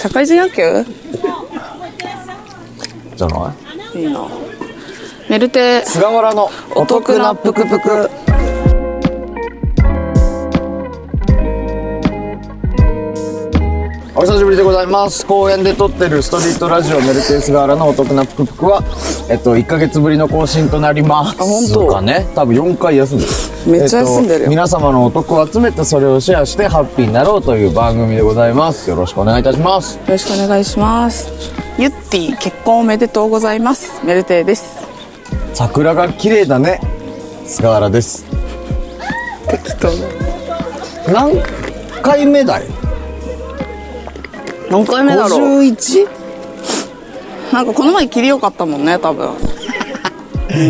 社会人野球じゃないいいなメルテ菅原のお得なぷくぷくお久しぶりでございます公園で撮ってるストリートラジオメルテイスガーラのお得なぷくぷくはえっと1ヶ月ぶりの更新となりますあ本当かね多分4回休んでるめっちゃ休んでるよえっと皆様のお得を集めてそれをシェアしてハッピーになろうという番組でございますよろしくお願いいたしますよろしくお願いしますゆってぃ結婚おめでとうございますメルテです桜が綺麗だね菅原です適当何回目だい何回目だろう 51? なんかこの前切りよかったもんね多分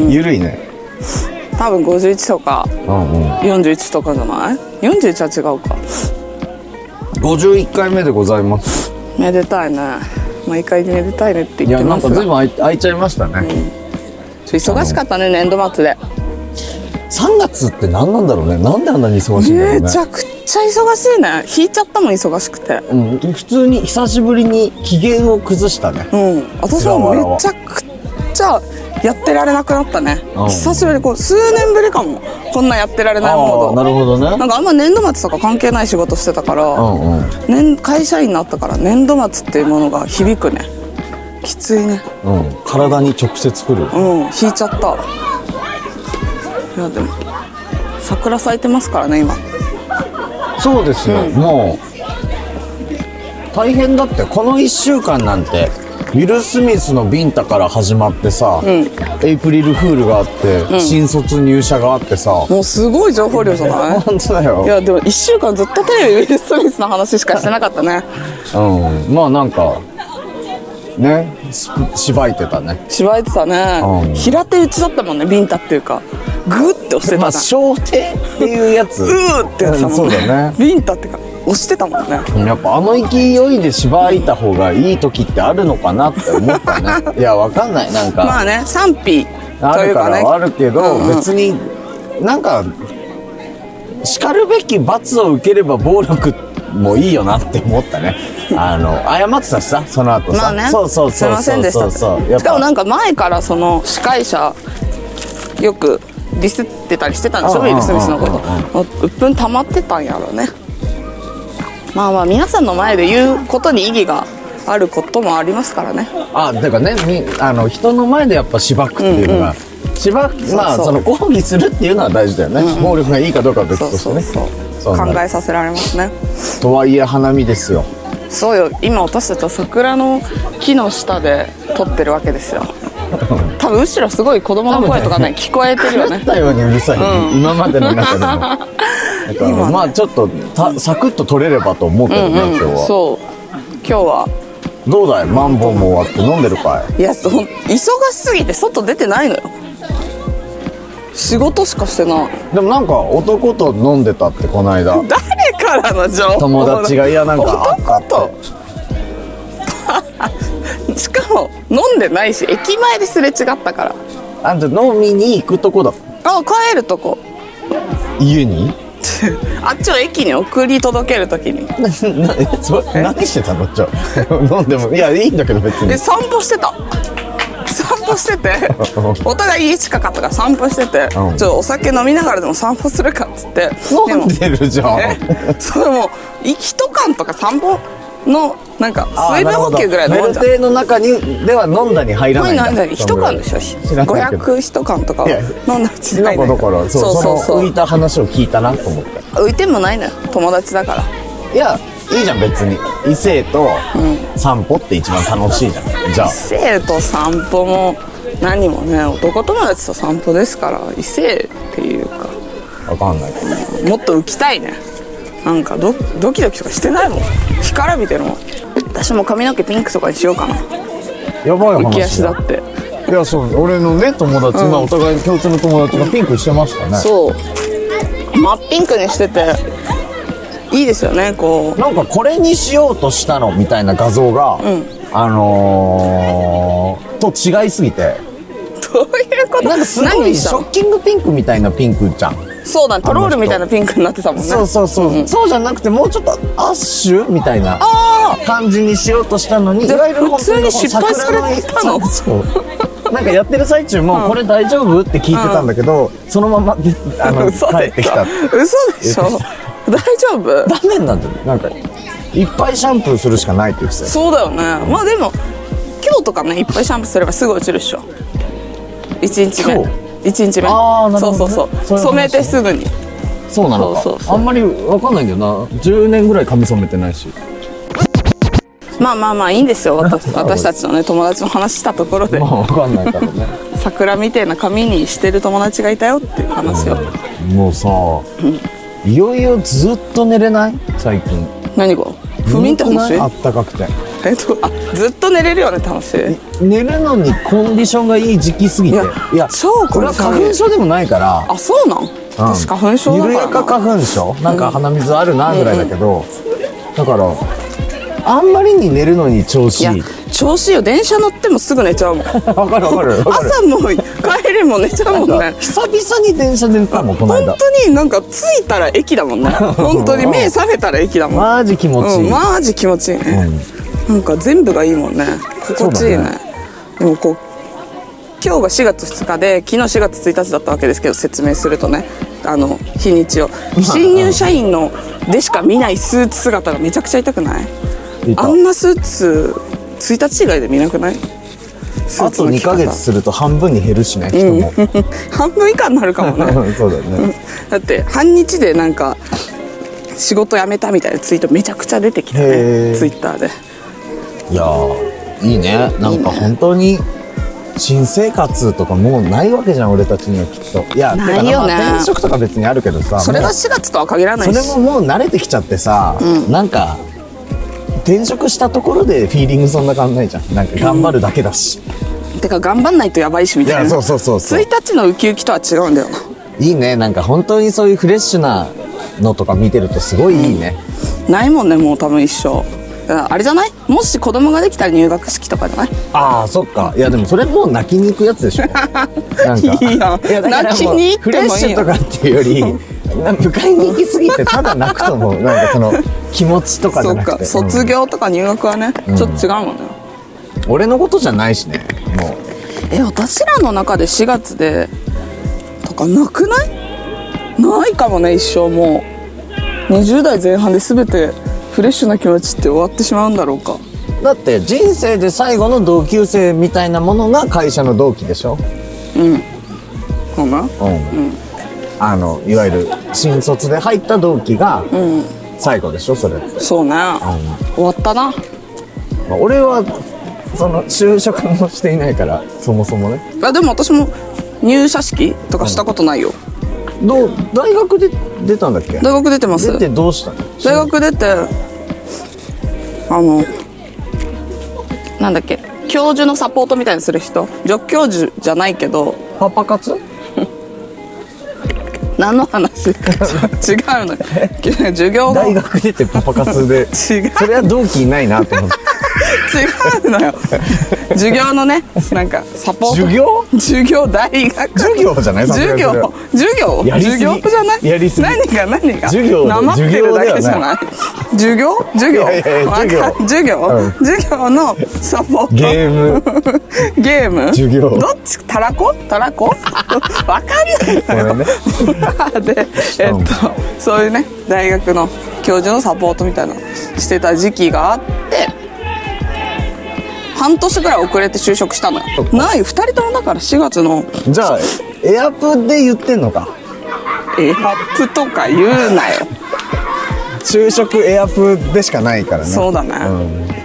ゆるいね多分51とかうんうん41とかじゃない ?41 は違うか51回目でございますめでたいね毎回めでたいねって言いっやてなまんすかが随分空い空いちゃいましたね、ちょ忙しかったね年度末で三3月って何なんだろうねなんであんなに忙しいんだろうねめちゃくちゃ忙しいね引いちゃったもん忙しくてうん、普通に久しぶりに機嫌を崩したねうん私はめちゃくちゃやってられなくなったね、うん久しぶりにこう数年ぶりかもこんなやってられないあモあーなドるほどなねんかあんま年度末とか関係ない仕事してたから、うんうん年会社員になったから年度末っていうものが響くねきついねうん、体に直接来るうん引いちゃったいやでも桜咲いてますからね今そうですよ、もう大変だってこの1週間なんてウィル・スミスのビンタから始まってさ、エイプリルフールがあって、新卒入社があってさ、もうすごい情報量じゃない 本当だよいやでも1週間ずっとテレビウィル・スミスの話しかしてなかったねうん、まあなんかねししばいてたね芝居てたね、うん平手打ちだったもんねビンタっていうかグーって押してまたあじゃん小手っていうや つうーってやってたうんそもんうねだねビンタってか押してたもんねやっぱあの勢いでしばいた方がいい時ってあるのかなって思っ たねいやわかんないなんか、まあね賛否とあいるうかからねはあるけど、うんうん別になんか叱るべき罰を受ければ暴力もいいよなって思ったねあの謝ってたしさその後まさ、あねそうそうそうすいませそんうでしそたうそうってやっぱしかもなんか前からその司会者よくディスってたりしてたんでしょうんウうんィうんうル・スんミスのこともう鬱憤溜まってたんやろねまあまあ皆さんの前で言うことに意義があることもありますからねあてかねみあの人の前でやっぱしばくっていうのが、しばくまあそうその抗議するっていうのは大事だよね、暴力がいいかどうかは別そうとしてそうねそうそうな考るえさせられますねとはいえ花見ですよそうよ今私たちは桜の木の下で撮ってるわけ ですよ多分後ろすごい子供の声とかね聞こえてるよなねったようにうるさい、今までの中でもだから、まあちょっとたサクッと取れればと思うけどね、今日はそう今日はどうだいマンボウも終わって飲んでるかいいやそうほん忙しすぎて外出てないのよ仕事しかしてないでもなんか男と飲んでたってこの間誰からの情報友達がいやなんかあった男ってとしかも飲んでないし駅前ですれ違ったからあんた飲みに行くとこだあ帰るとこ 家にあっちを駅に送り届けるときになな えそ何してたのじゃあ 飲んでもいやいいんだけど別にで散歩してた散歩して てお互い家近かったから散歩してて、ちょうんっとお酒飲みながらでも散歩するかっつってで飲もんでるじゃんえそれもう一缶とか散歩のなんか水分補給ぐらいのもんじゃんメルテの中にでは飲んだに入らないんだないない一缶でしょ知らないけど500一缶とかいや飲んだうちにな入んんなかいだからそうそうそうそのそ浮いうた話を聞いたなと思って浮いてもないのよ友達だからいやいいじゃん別に異性と散歩って一番楽しいじゃん、じゃあ生と散歩も何もね男友達と散歩ですから異性っていうか分かんないけどもっと浮きたいねなんかドドキドキとかしてないもん干からびてるもん私も髪の毛ピンクとかにしようかなやばい浮き話足だだっていやそう俺のね友達、まあお互い共通の友達がピンクしてましたね、そう真っピンクにしてていいですよねこなんかこれにしようとしたのみたいな画像が、あのー、と違いすぎてうどういうことなんかすごいショッキングピンクみたいなピンクじゃん何そうだねトロールみたいなピンクになってたもんねそうそうそう、そうじゃなくてもうちょっとアッシュみたいなあ感じにしようとしたのにじゃあいわゆる本当に普通に失敗されたの桜の そうなんかやってる最中も「これ大丈夫?」って聞いてたんだけど、そのままでああ の嘘帰でっしてきたょ嘘でしょ大丈夫ダメになんだよなんかいっぱいシャンプーするしかないって言ってたよそうだよねまあでも今日とかねいっぱいシャンプーすればすぐ落ちるっしょ1日目今日1日目あーなるそほうどねそうそうそういう話染めてすぐにそうなのかそうそうそうあんまりわかんないんだよな10年ぐらい髪染めてないしまあまあまあいいんですよ私私たちのね友達の話したところでまあわかんないから ね桜みたいな髪にしてる友達がいたよっていう話をもうさいよいよずっと寝れない最近何が不眠って話眠くないあったかくてえっとあずっと寝れるよねって話寝るのにコンディションがいい時期すぎていやいやそうこれはこれ花粉症でもないからあそうなん、うん私花粉症だから緩なやか花粉症なんか鼻水あるなぐらいだけど、だからあんまりに寝るのに調子いいやい調子いいよ電車乗ってもすぐ寝ちゃう もん朝わかるわかるわかるも帰りも寝ちゃうもんね久々に電車で寝たもんこの本間当になんか着いたら駅だも んね本当に目覚めたら駅だもん、マジ気持ちいい、うん、マジ気持ちいいね、なんか全部がいいもんね心地いいねそうだでもこう今日が4月2日で昨日4月1日だったわけですけど説明するとねあの日にちを新入社員のでしか見ないスーツ姿がめちゃくちゃ痛くないいいかあんなスーツ1日以外で見なくないスーあツとの着2方ヶ月すると半分に減るしね人 も、半分以下になるかもね そうだよねだって半日でなんか仕事辞めたみたいなツイートめちゃくちゃ出てきたへねーツイッターでいやーいいねなんか本当に新生活とかもうないわけじゃん俺たちにはきっといやないてかよねまあ転職とか別にあるけどさそれがもう4月とは限らないそしれももう慣れてきちゃってさ、なんか転職したところでフィーリングそんな感じないじゃんなんか頑張るだけだし、てか頑張んないとやばいしみたいないやそうそうそうそう1日のウキウキとは違うんだよいいねなんか本当にそういうフレッシュなのとか見てるとすごいいいね、ないもんねもう多分一生だからあれじゃないもし子供ができたら入学式とかじゃないああそっかいやでもそれもう泣きに行くやつ でしょなんかいいややだからもう泣きに行っフてレッもいいシュよとかっていうよりなんか迎えに行きすぎてただ泣くと思うなんか その気持ちとかじゃそなっくかて卒業とか入学はね、ちょっと違うもんねうん俺のことじゃないしねもえ私らの中で4月でとかなくないないかもね一生もう20代前半で全てフレッシュな気持ちって終わってしまうんだろうかうだって人生で最後の同級生みたいなものが会社の同期でしょかなうん、あのいわゆる新卒で入った同期が最後でしょそれって、そうね、終わったなまあ俺はその就職もしていないからそもそもねあでも私も入社式とかしたことないよ、どう大学で出たんだっけ大学出てます出てどうしたの大学出てあのなんだっけ教授のサポートみたいにする人助教授じゃないけどパパ活何の 話違うの授業の大学出てパパ活で 違うそれは同期いないなと思 って違うのよ授業のねなんかサポート 授業授業大学授業じゃないさすが授にそれ業は授業やりす授ぎ業じゃないやりすぎ何が何が授業なまってるだけじゃない授業授業いやいやいやわか授業うん授業のサポートゲームゲーム授業どっちたらこたらこ わかんないごめんねで、えっと、そういうね大学の教授のサポートみたいなのしてた時期があって半年ぐらい遅れて就職したのよない2人ともだから4月のじゃあエアプで言ってんのかエアップとか言うなよ就職エアプでしかないからねそうだね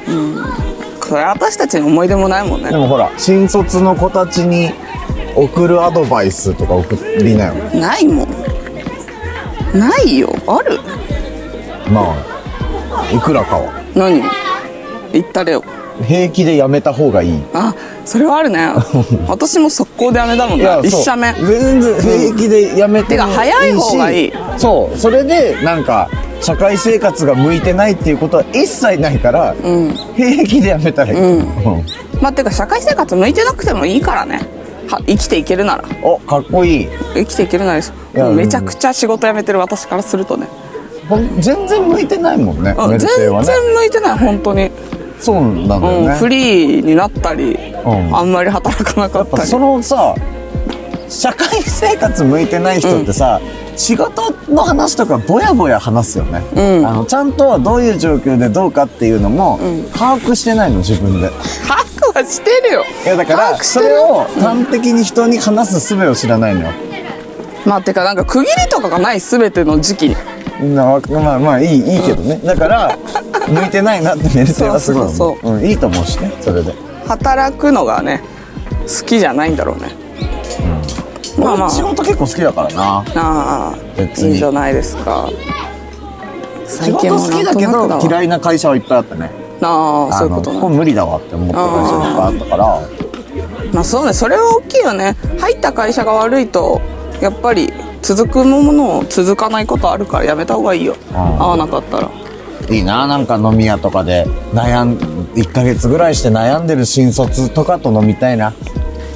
うん、これ私たちに思い出もないもんねでもほら新卒の子たちに送るアドバイスとか送りなよないもんないよあるまあいくらかは何言ったれよ平気でやめた方がいいあそれはある ね私も速攻でやめたもんね一そう社目全然平気でやめてもてか早い方がいいしそうそれでなんか社会生活が向いてないっていうことは一切ないから、平気でやめたらいい、うんまあてか社会生活向いてなくてもいいからねは生きていけるならおかっこいい生きていけるならですいやもうめちゃくちゃ仕事辞めてる私からするとねほん全然向いてないもんねうんメル全テはね然向いてない本当に、そうなんだようん、ね、フリーになったり、んあんまり働かなかっやったぱりそのさ社会生活向いてない人ってさ、仕事の話とかぼやぼや話すよね、あのちゃんとどういう状況でどうかっていうのも、把握してないの自分で把握はしてるよいやだか把握らしてそるれを端的に人に話す術を知らないのよ、まあてかなんか区切りとかがない全ての時期になわまあまあいいいいけどね、だから向いてないなってメルテはすごい思うそうそううん、いいと思うしねそれで働くのがね好きじゃないんだろうね、まあまあ仕事結構好きだからなああ別にいいじゃないですか仕事好きだけもうなんどとなくだわ嫌いな会社はいっぱいあったねああそういうのことこねれ無理だわって思った会社があったからまあそうねそれは大きいよね入った会社が悪いとやっぱり続くものを続かないことあるからやめた方がいいよああ合わなかったらいいななんか飲み屋とかで悩ん1ヶ月ぐらいして悩んでる新卒とかと飲みたいな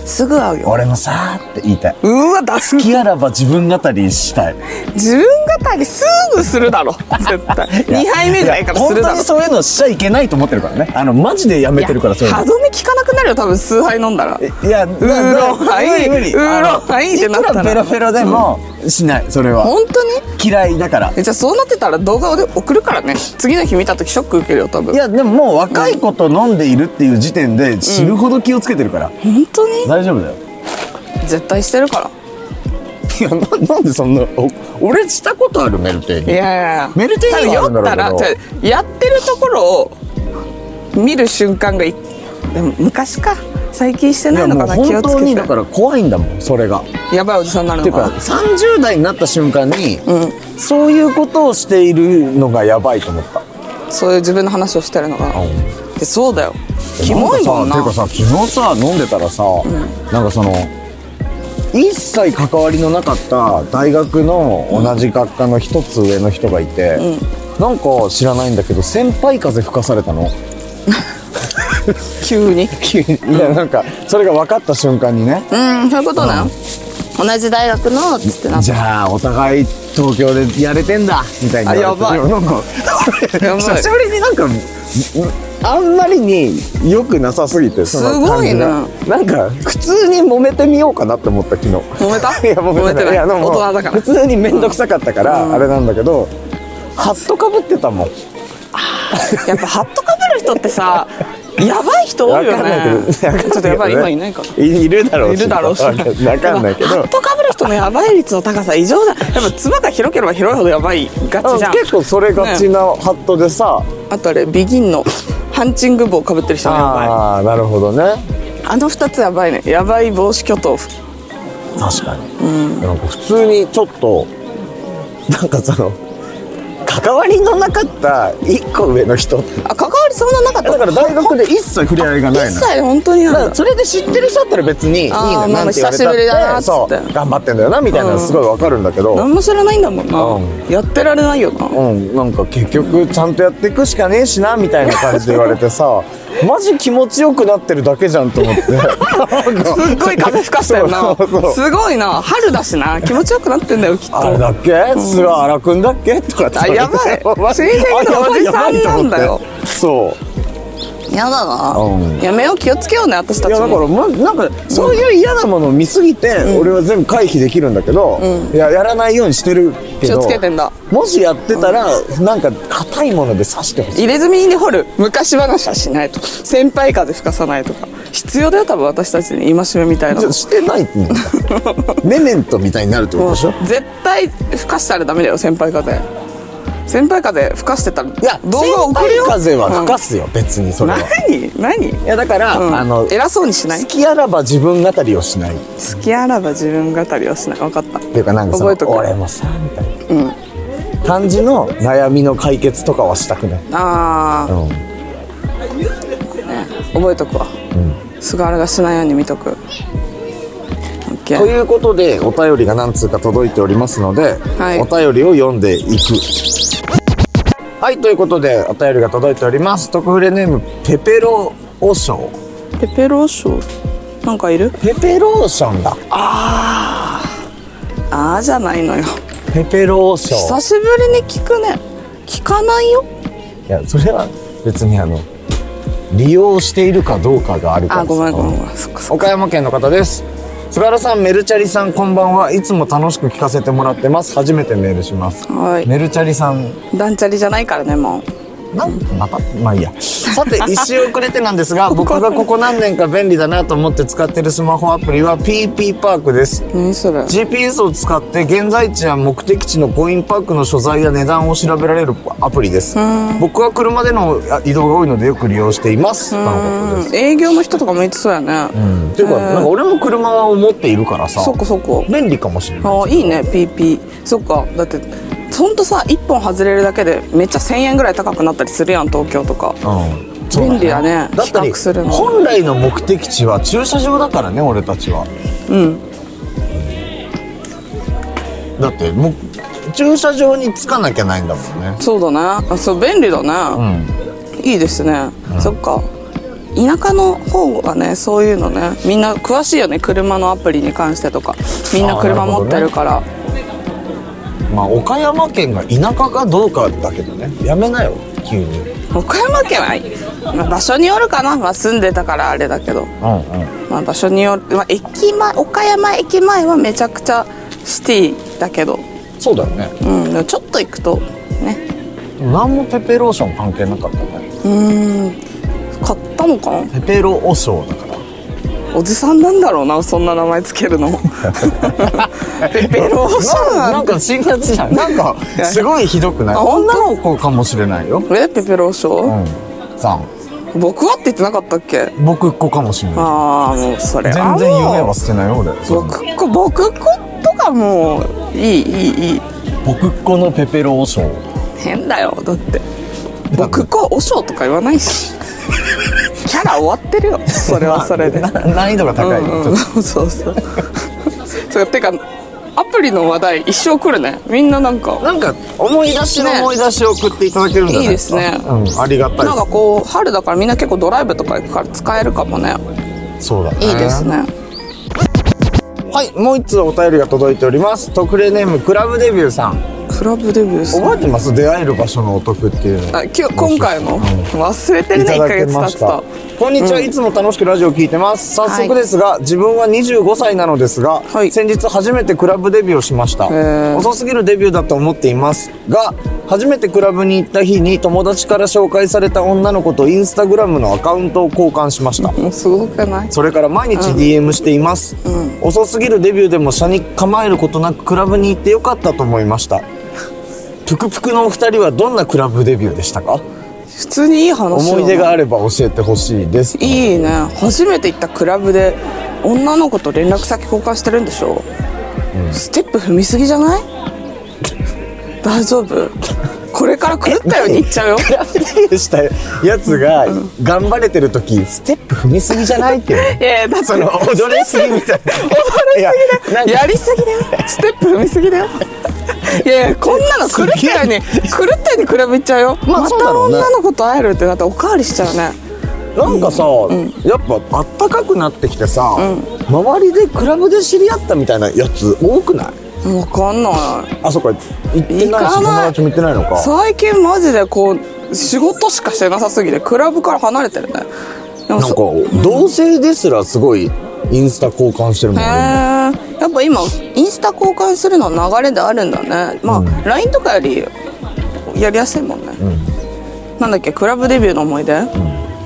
すぐ会うよ俺もさーって言いたいうわだす好きあらば自分語りしたい自分語りすぐするだ ろ絶対2杯目ぐらいからするだいや本当ろにそういうのしちゃいけないと思ってるからねあのマジでやめてるからそういう歯の止め効かなくなるよ多分数杯飲んだらえいやウウーロンハイ無理無理ウーロンハイってなったらあのいくらペロペロでもしないそれは本当に嫌いだからえじゃあそうなってたら動画で送るからね次の日見た時ショック受けるよ多分いやでももう若い子と飲んでいるっていう時点で死ぬほど気をつけてるから、本当に大丈夫だよ絶対してるからいやななんでそんなお俺したことあるメルテイいにやいやいやメルテインはあるんだろうけど多分酔ったらじゃあやってるところを見る瞬間がいでも昔か最近してないのもかうな気本をつ当にけだてから怖いんだもんそれがっやばいおじさんになるていのうかかな30代になった瞬間に、そういうことをしているのがやばいと思ったそういう自分の話をしてるのかなでそうだよキモいもんななんかさていうかさ昨日さ飲んでたらさ、なんかその一切関わりのなかった大学の同じ学科の一つ上の人がいて、なんか知らないんだけど先輩風吹かされたの 急に急にいやなんかそれが分かった瞬間にね、うんそういうことなの同じ大学のっつってなじゃあお互い東京でやれてんだみたいに言われてあやばい なんかやばい久しぶりになんかんあんまりによくなさすぎてその感じがすなんか普通に揉めてみようかなって思った昨日揉めた いや揉め揉めててないいやでも大人だから普通に面倒くさかったから、あれなんだけどハットかぶってたもんやっぱハットかぶる人って さやばい人多いよわかんないけどねわ ちかんないけょどっとやばい今いないかないいるだろういしるだろうしわかんわかんないけやっぱ ハどットかぶる人のやばい率の高さ異常だやっぱつばが広ければ広いほどやばいがちじゃん結構それがちなハットでさ、あとあれビギンのハンチング帽かぶってる人ねやばああなるほどねいあの2つやばいねやばい帽子巨頭確かに、なんか普通にちょっとなんかそ の関わりのなかった一個上の人あ関わりそんななかっただから大学で一切触れ合いがない一の切本当にだなかいらそれで知ってる人だったら別にいいあーのまあなんて言わ久れたしっぶてりだなっつそうって頑張ってんだよなみたいなのすごいわかるんだけど何も知らないんだもんな、うやってられないよなうんなんか結局ちゃんとやっていくしかねえしなみたいな感じで言われてさマジ気持ちよくなってるだけじゃん と思ってすっごい風吹かしたよな そうそうそうすごいな春だしな気持ちよくなってんだよきっとあれだっけ菅原くんだっけとかってあや ばいマジ親戚のおじさんなんだよやばいやばいと思ってそうやだな、うんやめよう気をつけようね私たいちやだから、もま、なんかそういう嫌なものを見すぎて、俺は全部回避できるんだけど、いややらないようにしてるけ気どをつけてんだもしやってたら、なんか硬いもので刺してほしい入れ墨に掘る昔話はしないと先輩風吹かさないとか必要だよ多分私たちに戒めみたいなちょしてないって言うんだメメントみたいになるってことでしょ、絶対吹かしたらダメだよ先輩風先輩風吹かしてたらいいや動画送るよ先輩風は吹かす、すよ、別にそうんれは何何いやだから、うんあの偉そうにしない好きあらば自分語りをしない好きあらば自分語りをしない分かったっていうかなんかその覚えとく俺もさみたいな、感じの悩みの解決とかはしたくない、ああうん、覚えとくわ、菅原がしないように見とく OK ということでお便りが何通か届いておりますので、はいお便りを読んでいくはいということでお便りが届いております特フレネームペペロオショウペペローショーなんかいるペペローションだああじゃないのよペペローション久しぶりに聞くね聞かないよいやそれは別にあの利用しているかどうかがあるからあごめんごめんうんごめんそっかそっか岡山県の方です菅原さんメルチャリさんこんばんはいつも楽しく聞かせてもらってます初めてメールしますはいメルチャリさん断チャリじゃないからねもうなんまたまあいいや さて一周遅れてなんですが僕がここ何年か便利だなと思って使ってるスマホアプリは PP パークです何それ GPS を使って現在地や目的地のコインパークの所在や値段を調べられるアプリです僕は車でのあ移動が多いのでよく利用していますとのことでうん営業の人とかも言ってそうやね、すっていうかなんか俺も車を持っているからさそっかそっか便利かもしれないあーいいね PP そっかだってほんとさ1本外れるだけでめっちゃ1000円ぐらい高くなったりするやん東京とかうんそう便利やねだった比り較するの本来の目的地は駐車場だからね俺たちはうんだってもう駐車場に着かなきゃないんだもんねそうだねあそう便利だね、いいですね、そっか田舎の方はねそういうのねみんな詳しいよね車のアプリに関してとかみんな車あーなるほ持どねってるからまあ岡山県が田舎かどうかだけどねやめなよ急に岡山県は、まあ場所によるかな、まあ、住んでたからあれだけど、うんうんまあ、場所による、まあ、駅前岡山駅前はめちゃくちゃシティだけどそうだよねうん、でもちょっと行くとね何もペペローション関係なかったねうーん買ったのかなペペロオショーだ からおじさんなんだろうなそんな名前つける のペペローションななんか辛辣じゃんな んかすごいひどくないあ本当女の子かもしれないよえペペローシうョんさんン僕はって言ってなかったっけ僕っ子かもしれないああもうそれ全然夢あもはう捨てないよ俺僕っ子僕っ子とかもういいいいいい僕っ子のペペローション変だよだって僕っ子おしょうとか言わないしキャラ終わってるよそれ はそれでな難易度が高い、うんうん、そうそうそうてかアプリの話題一生来るねみんななんかなんか思い出しのね思い出しを送っていただけるんじゃないですいかいですねうん、ありがたいでなんすかこう春だからみんな結構ドライブとか行くから使えるかもねそうだねいいですねはいもう一通お便りが届いております特例ネームクラブデビューさんクラブデビューする覚えてます出会える場所のお得っていうのあ今日今回のうん忘れてるいね1たヶだけ月ま経しつたとこんにちは、いつも楽しくラジオ聞いてます早速ですが、自分は25歳なのですが、はい先日初めてクラブデビューをしましたー遅すぎるデビューだと思っていますが初めてクラブに行った日に友達から紹介された女の子とインスタグラムのアカウントを交換しましたもうすごくないそれから毎日 DM しています、遅すぎるデビューでも車に構えることなくクラブに行ってよかったと思いましたぷくぷくのお二人はどんなクラブデビューでしたか普通にいい話よ思い出があれば教えてほしいですいいね初めて行ったクラブで女の子と連絡先交換してるんでしょ、ステップ踏みすぎじゃない大丈夫これから狂ったように行っちゃうよクラブデビューしたやつが頑張れてる時ステップ踏みすぎじゃないっていういやいやだってその踊りすぎみたいな踊やりすぎだよステップ踏みすぎだよいやいやこんなの狂ったように狂ったようにクラブ行っちゃうよ、まあまたそうだろうね女の子と会えるってなったらおかわりしちゃうねなんかさ、やっぱあったかくなってきてさ、周りでクラブで知り合ったみたいなやつ多くない分かんないあそっか行ってないし行かない友達も行ってないのか最近マジでこう仕事しかしてなさすぎてクラブから離れてるねでもなんそか同性ですらすごいインスタ交換してるもんへねえやっぱ今インスタ交換するのは流れであるんだねまあ、LINE とかよりやりやすいもんね、なんだっけクラブデビューの思い出、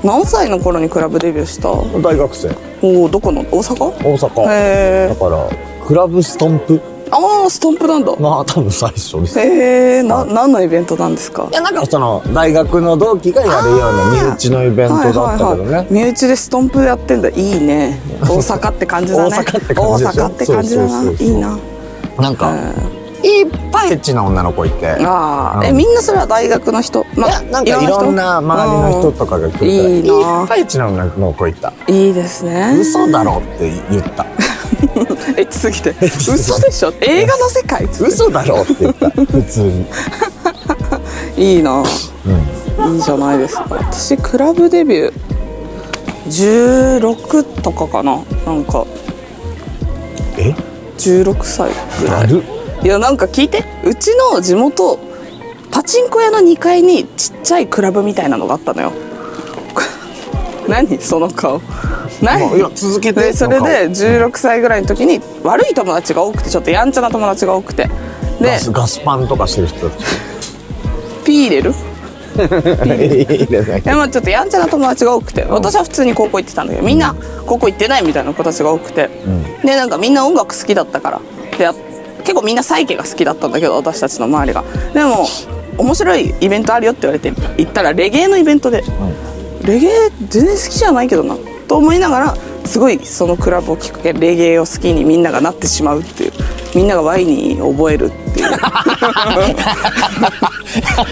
何歳の頃にクラブデビューしたお大学生おどこの大阪大阪へだえからクラブストンプああストンプなんだが多分最初ですへえな何のイベントなんですかいやなんかその大学の同期がやるような身内のイベントだったけどはいね、はいはい、身内でストンプやってんだいいね大阪って感じだね 大阪って感じでしょ大阪って感じだそなうそうそうそいういななんかいっぱいエッチな女の子いてああうんえみんなそれは大学の人まいやなんかいろんな周りの人とかが来るかうらんいいないっぱいエッチな女の子いたいいですね嘘だろって言ったエッチすぎ てチすぎて嘘でしょ映画の世界嘘だろって言 った普通にいいな、いいじゃないですか私クラブデビュー16とかかななんかえ16歳ぐらいあるいやなんか聞いてうちの地元パチンコ屋の2階にちっちゃいクラブみたいなのがあったのよ 何その顔何、まあいや続けてでそれので16歳ぐらいの時に悪い友達が多くてちょっとやんちゃな友達が多くてでガスガスパンとかしてる人たちピー入れる入れない いやまあちょっとやんちゃな友達が多くて私は普通に高校行ってたんだけどみんな高校行ってないみたいな子たちが多くて、でなんかみんな音楽好きだったからであ結構みんなサイケが好きだったんだけど私たちの周りがでも面白いイベントあるよって言われて行ったらレゲエのイベントで、レゲエ全然好きじゃないけどなと思いながらすごいそのクラブをきっかけにレゲエを好きにみんながなってしまうっていうみんながワインに覚えるって いう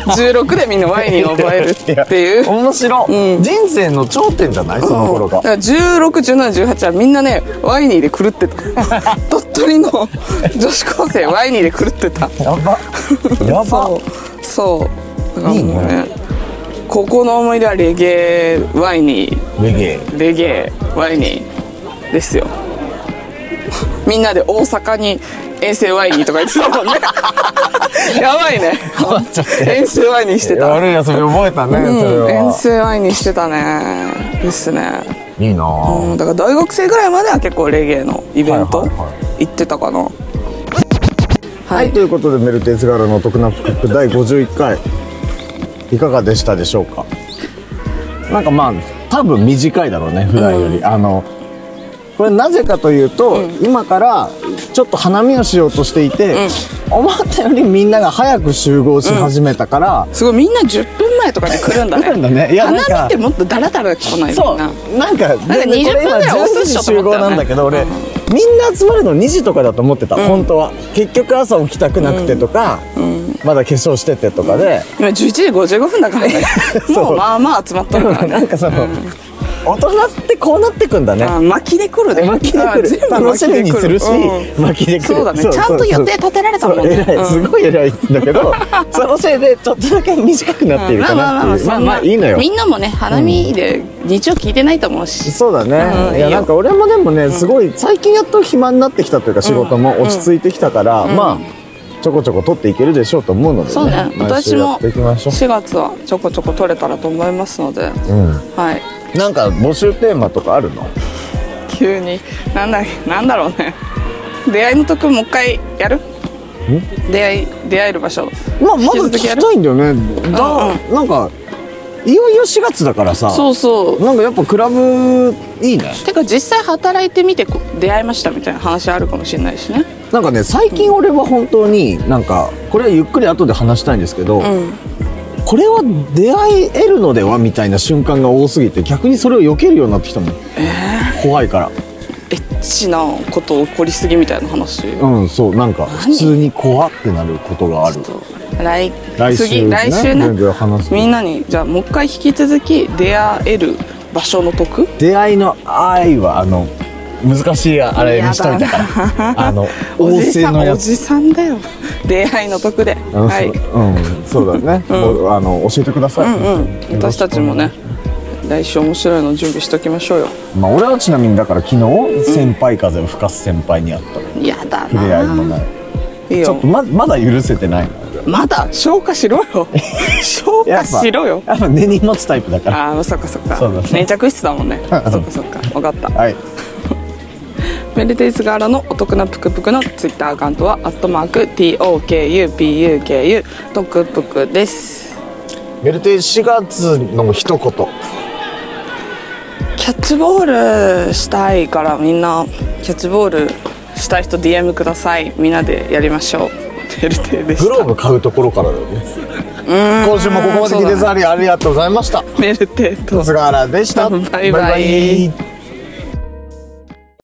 16でみんなワインに覚えるっていう面白、人生の頂点じゃないその頃が、 161718はみんなねワイニーで狂って た鳥取の女子高生ワイニーで狂ってたやば やばそうそうだからもういいね高校の思い出はレゲエワイニーレゲエレゲエワイニーですよみんなで大阪に遠征ワイニーとか言ってた もんねやばいね遠征ワイニーしてた悪い遊び覚えたね、うんそれ遠は征ワイニーしてたねですねいいなぁ、うんだから大学生ぐらいまでは結構レゲエのイベントはいはいは行ってたかな、はい、ということでメルテスガラのお得なフック第51回いかがでしたでしょうかなんかまあ多分短いだろうね普段より、あのこれなぜかというと、今からちょっと花見をしようとしていて、思ったよりみんなが早く集合し始めたから、すごいみんな10分前とかに来るんだね来るんだねいやなんか花見ってもっとダラダラ来ないそもうんななんかなんか20分ぐらい押すっしょ時と思集ったよ合ねなんだけど俺、みんな集まるの2時とかだと思ってた、本当は結局朝起きたくなくてとか、まだ化粧しててとかで、今11時55分だからね そうもうまあまあ集まっとるからね なんかその、大人ってこうなってくんだねあ巻きで来るね巻きであく全る部楽しみにするし、うん巻きでくるそうだねちゃんと予定立てられたもんねそう偉い、うんすごい偉いんだけ どそのせいでちょっとだけ短くなっているまあかまあまあなまあっていそなうんまあまあいいのよみんなもね花見で日曜聞いてないと思うし、そうだね、うんいやいいよなんか俺もでもね、すごい最近やっと暇になってきたというか仕事も落ち着いてきたから、まあちょこちょこ取っていけるでしょうと思うので、ね、そうね毎私週やもっていきましょ4月はちょこちょこ取れたらと思いますので、う、うはいん、なんか募集テーマとかあるの急になんだなんだろうね出会いの特訓もう一回やる出会い出会える場所まあまだ引聞き続ききやるたいんだよねだ、うんなんかいよいよ4月だからさそうそうなんかやっぱクラブいいねてか実際働いてみてこ出会いましたみたいな話あるかもしれないしねなんかね最近俺は本当になんかこれはゆっくり後で話したいんですけど、んこれは出会えるのではみたいな瞬間が多すぎて逆にそれを避けるようになってきたもん、怖いからエッチなこと起こりすぎみたいな話、うんそうなんか普通に怖ってなることがある来来週次来週全然話すみんなにじゃあもう一回引き続き出会える場所の得出会いの愛はあの難しいあれにしといたからあの お旺じ盛さんのやおつじさんだよ出会いの得であのはいうん、そう だね、もうあの教えてください、うん私たちもね来週面白いの準備しときましょうよまあ、俺はちなみにだから昨日先輩風を吹かす先輩に会ったやだ触れ合いもなないいいちょっよとままだ許せてないまだ消化しろ よ消や化っぱしろよやっぱ根に持つタイプだからああそっかそっかそうだね粘着質だもんねそっかそっか分かったはいメルテイスガーラのお得なぷくぷくのツイッターアカウントはアットマーク TOKUPUKU トクプクですメルテ4月の一言キャッチボールしたいからみんなキャッチボールしたい人 DM くださいみんなでやりましょうメルテイでしグロたーブ買うところからだよね今週もここまで聞いてくださりありがとうございましたメルテイと菅原でしたバイバイバイバイ